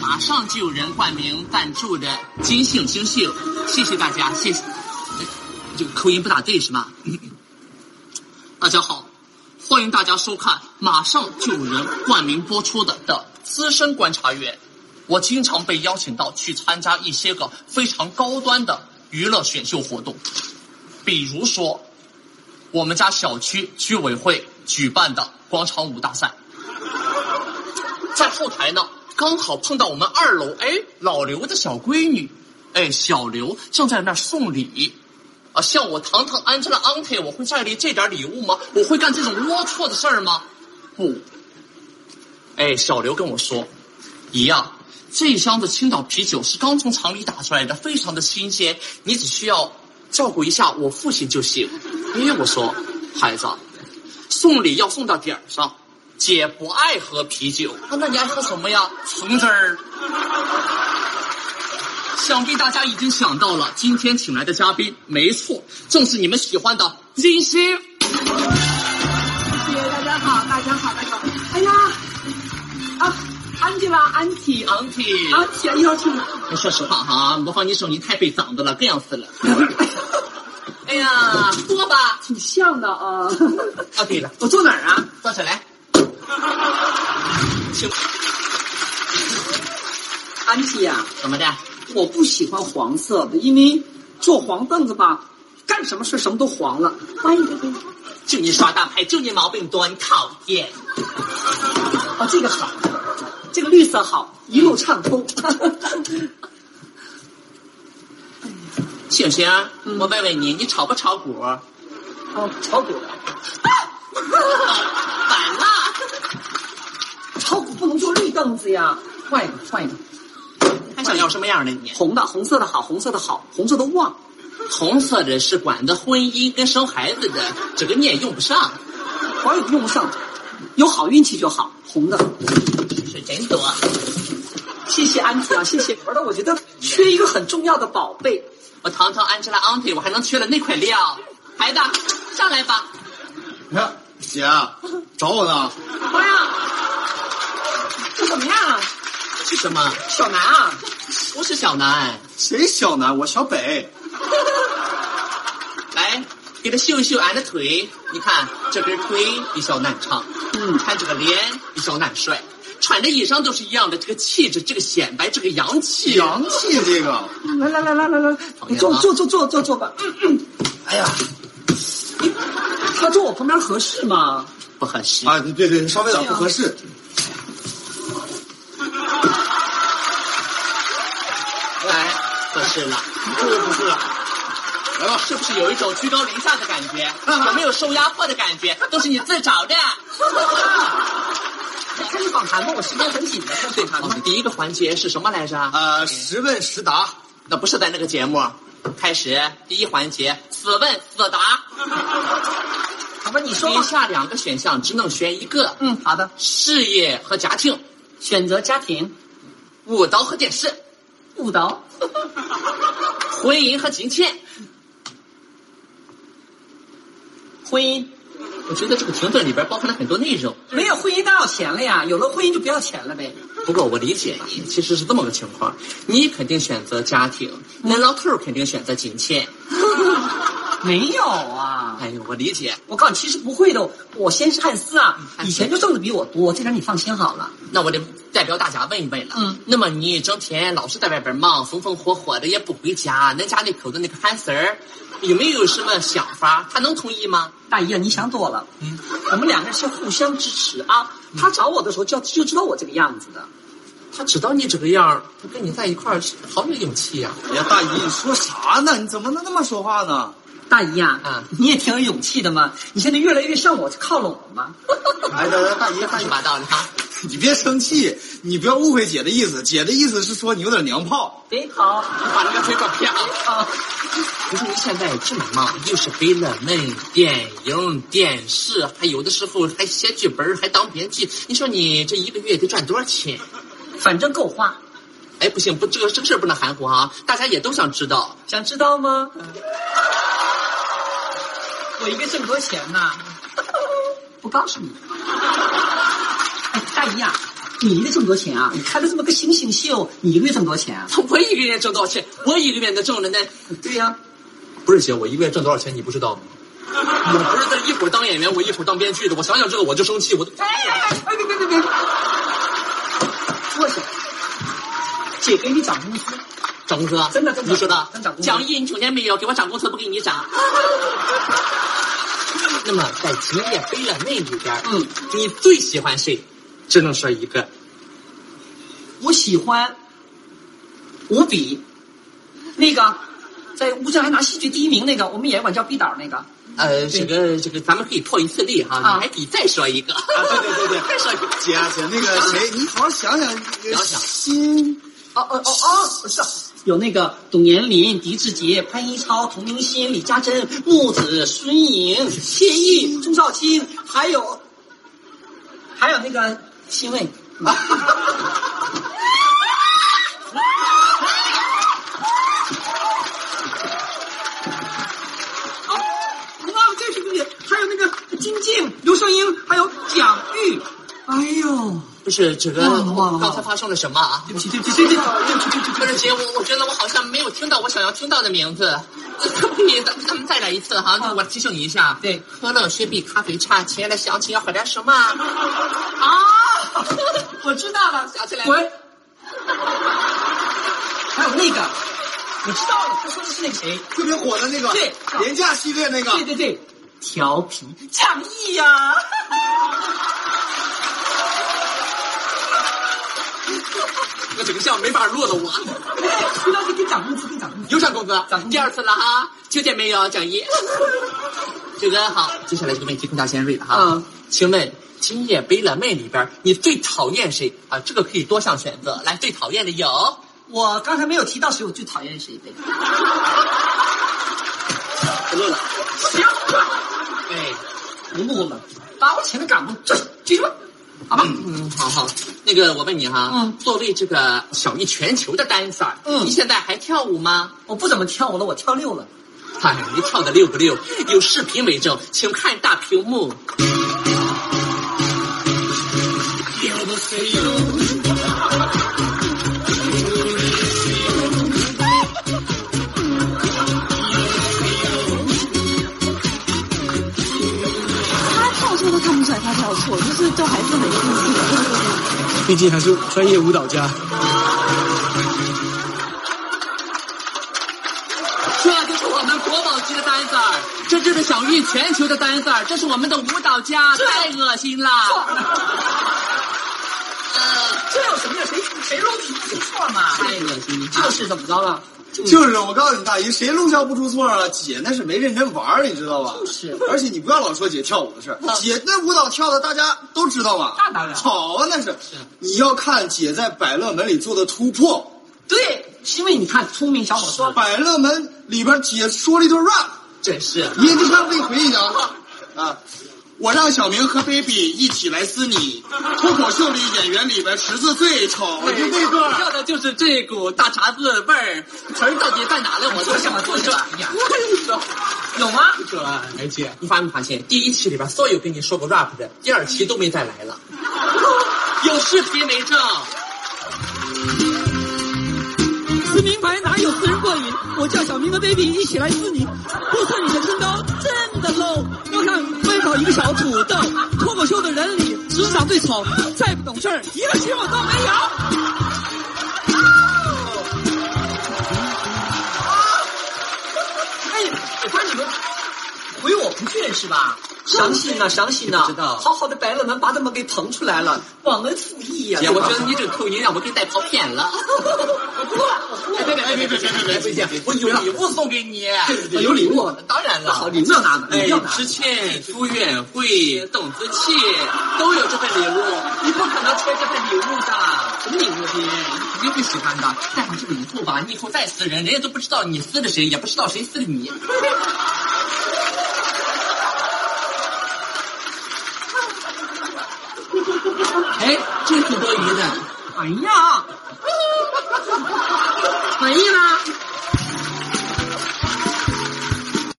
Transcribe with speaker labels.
Speaker 1: 马上就有人冠名赞助的金秀星秀，谢谢大家，谢谢。这个口音不咋对是吧？ 大家好，欢迎大家收看马上就有人冠名播出的的资深观察员。我经常被邀请到去参加一些个非常高端的娱乐选秀活动，比如说我们家小区居委会举办的广场舞大赛。在后台呢，刚好碰到我们二楼，哎，老刘的小闺女，哎，小刘正在那儿送礼，啊，像我堂堂 Angelaunty，我会在意这点礼物吗？我会干这种龌龊的事儿吗？不。哎，小刘跟我说，一样，这一箱子青岛啤酒是刚从厂里打出来的，非常的新鲜，你只需要照顾一下我父亲就行。哎，我说，孩子，啊送礼要送到点儿上。姐不爱喝啤酒，啊那你爱喝什么呀？橙汁儿。想必大家已经想到了，今天请来的嘉宾，没错，正是你们喜欢的金星。
Speaker 2: 谢谢大家好，大家好，大家好。哎呀，啊，安吉拉，安琪，啊，
Speaker 1: Auntie，、
Speaker 2: 安琪，又要去 哪？
Speaker 1: 说实话哈，模仿你声音太被嗓子了，膈应死了。哎呀，坐吧。
Speaker 2: 挺像的啊。
Speaker 1: 啊，对了，
Speaker 2: 我坐哪儿啊？
Speaker 1: 坐下来。请
Speaker 2: 安琪呀、
Speaker 1: 怎么的？
Speaker 2: 我不喜欢黄色的，因为坐黄凳子吧，干什么事什么都黄了。哎呀，
Speaker 1: 就你耍大牌，就你毛病多，你讨厌。
Speaker 2: 啊，这个好，这个绿色好，一路畅通。
Speaker 1: 星星，
Speaker 2: 嗯
Speaker 1: 啊我问问你，你炒不炒 股？
Speaker 2: 哦，炒股，
Speaker 1: 反了。
Speaker 2: 炒股不能坐绿凳子呀，换一个，换一个，
Speaker 1: 还想要什么样的你？
Speaker 2: 红的，红色的好，红色的好，红色的旺。
Speaker 1: 红色的是管的婚姻跟生孩子的，这个你也用不上，
Speaker 2: 我也用不上，有好运气就好。红的，
Speaker 1: 是真多。
Speaker 2: 谢谢安琪啊，谢谢。而且我觉得缺一个很重要的宝贝，
Speaker 1: 我堂堂 Angelaunty，我还能缺了那块料。孩子，上来吧。
Speaker 3: 哎，姐，找我呢？
Speaker 2: 妈呀，这怎么样啊？
Speaker 1: 是什么？
Speaker 2: 小南啊，
Speaker 1: 不是小南，
Speaker 3: 谁小南？我小北。
Speaker 1: 来，给他秀一秀俺的腿。你看这根腿比小南长，
Speaker 2: 嗯
Speaker 1: 看这个脸比小南帅，穿的衣裳都是一样的，这个气质，这个显摆，这个洋气。
Speaker 3: 洋气这个，
Speaker 2: 来来来来来来，你坐坐坐坐坐坐吧。嗯
Speaker 3: 哎呀，
Speaker 2: 他坐我旁边合适吗？
Speaker 1: 不合适。
Speaker 3: 啊，对对对，稍微有点不合适。
Speaker 1: 来，合适了。
Speaker 3: 这个不是，来吧，
Speaker 1: 是不是有一种居高临下的感觉？有没有受压迫的感觉？都是你自找的。
Speaker 2: 开始访谈吧，我时间很紧的，开
Speaker 1: 我
Speaker 2: 始访谈吧
Speaker 1: 们。第一个环节是什么来着？
Speaker 3: 呃，十问十答，
Speaker 1: 啊那不是在那个节目。开始第一环节，死问死答。
Speaker 2: 好吧，你说
Speaker 1: 以
Speaker 2: 吧。
Speaker 1: 下两个选项只能选一个：
Speaker 2: 嗯，好的。
Speaker 1: 事业和家庭，
Speaker 2: 选择家庭，
Speaker 1: 舞蹈和电 视，
Speaker 2: 舞蹈，
Speaker 1: 婚姻和金钱。
Speaker 2: 婚姻。
Speaker 1: 我觉得这个停顿里边包含了很多内容。
Speaker 2: 没有婚姻当然要钱了呀，有了婚姻就不要钱了呗。
Speaker 1: 不过我理解你，其实是这么个情况：你肯定选择家庭，那老头儿肯定选择金钱。
Speaker 2: 没有啊。
Speaker 1: 哎呦，我理解。
Speaker 2: 我告诉你，其实不会的。我先是汉斯啊，
Speaker 1: 嗯汉斯
Speaker 2: 以前就挣的比我多，这点你放心好了。
Speaker 1: 那我得代表大家问一问了。
Speaker 2: 嗯，
Speaker 1: 那么你整天老是在外边忙，风风火火的也不回家，恁家那口子那个韩婶儿，有没有什么想法？她能同意吗？
Speaker 2: 大姨啊，你想多了。
Speaker 1: 嗯，
Speaker 2: 我们两个人是互相支持啊。他找我的时候就就知道我这个样子的。
Speaker 1: 她知道你这个样儿，她跟你在一块儿是好有勇气呀、
Speaker 3: 哎呀，大姨，你说啥呢？你怎么能那么说话呢？
Speaker 2: 大姨呀、
Speaker 1: 啊
Speaker 2: 你也挺有勇气的嘛。你现在越来越向我靠拢了嘛。
Speaker 3: 哎，大大姨，大
Speaker 1: 乱
Speaker 3: 姨
Speaker 1: 七，八糟的哈。
Speaker 3: 你别生气，你不要误会姐的意思。姐的意思是说你有点娘炮。
Speaker 2: 哎，好
Speaker 1: 你把那个嘴巴撇了。
Speaker 2: 啊，
Speaker 1: 可是你现在这么忙，又是为了门电影、电视，还有的时候还写剧本，还当编剧。你说你这一个月得赚多少钱？
Speaker 2: 反正够花。
Speaker 1: 哎，不行，不，这个这个事儿不能含糊啊！大家也都想知道。
Speaker 2: 想知道吗？我一个挣多钱呐、不告诉你。哎大姨呀、你一个月挣多少钱啊？你开了这么个新型秀，你一个月挣多少钱啊？
Speaker 1: 我一个月挣多少钱？我一个月能挣了呢？
Speaker 2: 对呀、
Speaker 1: 不是姐，我一个月挣多少钱你不知道吗？我不是在一会儿当演员，我一会儿当编剧的，我想想这个我就生气，我都
Speaker 2: 哎哎哎哎！别别别别！我去，姐给你涨工资，
Speaker 1: 涨工资啊！
Speaker 2: 真的真的
Speaker 1: 你说的
Speaker 2: 真涨工资
Speaker 1: 蒋毅，你听见没有？给我涨工资不给你 涨。那么在极夜飞远那里边，
Speaker 2: 嗯，
Speaker 1: 你最喜欢谁？只能说一个。
Speaker 2: 我喜欢五比，那个在乌镇还拿戏剧第一名那个，我们也管叫毕导那个。
Speaker 1: 呃，这个这个，咱们可以破一次例哈，
Speaker 2: 嗯啊
Speaker 1: 你还得再说一个。
Speaker 3: 啊，对对对对，
Speaker 1: 再说一个。
Speaker 3: 姐啊姐，那个谁，你好好想想，那
Speaker 1: 想
Speaker 3: 个
Speaker 1: 想
Speaker 3: 新
Speaker 2: 哦哦哦哦，是啊有那个董延林、狄志杰、潘一超、佟明鑫、李嘉珍、木子、孙颖、谢毅、钟少卿，还有还有那个辛卫。 哦，哇，这是对，还有那个金靖、刘胜英，还有蒋玉。哎呦，
Speaker 1: 不是这个
Speaker 2: 忘了忘了，
Speaker 1: 刚才发生了什么啊？
Speaker 2: 对不起，对不起，对不起，对不起，对不起，
Speaker 1: 不是姐，我我觉得我好像没有听到我想要听到的名字。 你咱咱们再来一次哈，
Speaker 2: 啊
Speaker 1: 我提醒你一下。
Speaker 2: 对
Speaker 1: 可乐、雪碧、咖啡、茶，亲爱的乡亲要喝点什么？
Speaker 2: 啊， 我知道了，
Speaker 1: 想起来了
Speaker 2: 滚！还有那个，我知道了，他说的是那个谁？
Speaker 3: 特别火的那个
Speaker 2: 对
Speaker 3: 廉价系列那个，
Speaker 2: 对对对，哎调皮啊讲义呀、
Speaker 1: 这整个像没法录了我。
Speaker 2: 回头就给涨工资，给涨工资。
Speaker 1: 有奖工资
Speaker 2: 涨工，资
Speaker 1: 第二次了哈，听见没有，蒋 一？这个好，接下来这个问题更加尖锐了哈。
Speaker 2: 嗯，
Speaker 1: 请问《今夜悲了妹》里边你最讨厌谁啊？这个可以多项选择，来，最讨厌的有
Speaker 2: 我刚才没有提到谁，我最讨厌谁呗？
Speaker 1: 不录了。
Speaker 2: 行，
Speaker 1: 对，
Speaker 2: 不录了，把我请的赶过去，去什么？好吧，
Speaker 1: 嗯，好好，那个我问你哈，
Speaker 2: 嗯
Speaker 1: 作为这个小艺全球的 dancer，
Speaker 2: 嗯
Speaker 1: 你现在还跳舞吗？
Speaker 2: 我不怎么跳舞了，我跳六了。
Speaker 1: 哎，你跳的溜不溜？有视频为证，请看大屏幕。
Speaker 4: 他跳错都看不出来他跳错，就是都还是很自信。
Speaker 5: 毕竟还是专业舞蹈家。
Speaker 1: 这就是我们国宝级的 dancer，这就是享誉全球的 dancer，这是我们的舞蹈家，太恶心了。呃，
Speaker 2: 这有什么呀？谁谁录的不错嘛？
Speaker 1: 太恶心了。
Speaker 2: 就是怎么着了？
Speaker 3: 就是我告诉你大姨，谁录像不出错啊？姐那是没认真玩儿，你知道吧？
Speaker 2: 就是
Speaker 3: 而且你不要老说姐跳舞的事儿，姐那舞蹈跳的大家都知道嘛。
Speaker 2: 那当然
Speaker 3: 好啊，那是。你要看姐在百乐门里做的突破，
Speaker 2: 对，是因为你看聪明小伙说
Speaker 3: 百乐门里边姐说了一段 rap，
Speaker 1: 真是，
Speaker 3: 你也得让自己回忆 一下啊。啊，我让小明和 baby 一起来撕你。脱口秀里演员里边池子最丑，就那段儿。
Speaker 1: 要的就是这股大碴子味儿，词儿到底在哪呢？我都
Speaker 2: 坐下吧坐下吧哎呀
Speaker 1: 呀，
Speaker 2: 有吗？
Speaker 1: 这哎姐，你发没发现，第一期里边所有跟你说过 rap 的，第二期都没再来了，有视频为证。
Speaker 4: 撕名牌哪有撕人过瘾？我叫小明和 baby 一起来撕你，不撕你的身高真的 low。要看奔跑一个小土豆，脱口秀的人里职场最丑，再不懂事儿一个新闻都没有。
Speaker 2: 哎，我发现你们回我不倦是吧？伤心呐，伤心啊呐！
Speaker 1: 知道
Speaker 2: 好好的白乐门把他们给捧出来了，忘恩负义呀！
Speaker 1: 姐，我
Speaker 2: 对吧
Speaker 1: 觉得你这个口音让我给带跑偏了。
Speaker 2: 我哭了，我哭了。
Speaker 1: 别别别别别别别别！我有礼物送给你，
Speaker 2: 对有礼物啊
Speaker 1: 当然了。
Speaker 2: 好，你们要拿的，你
Speaker 1: 哎
Speaker 2: 们要，拿
Speaker 1: 知
Speaker 2: 的，
Speaker 1: 倩、苏远慧、邓紫棋都有这份礼物，
Speaker 2: 你不可能缺这份礼物的。
Speaker 1: 什么礼物姐？你肯定会喜欢的。带上这个以后吧，你以后再撕人，人家都不知道你撕的谁，也不知道谁撕的你。哎，真挺多余的。
Speaker 2: 哎呀，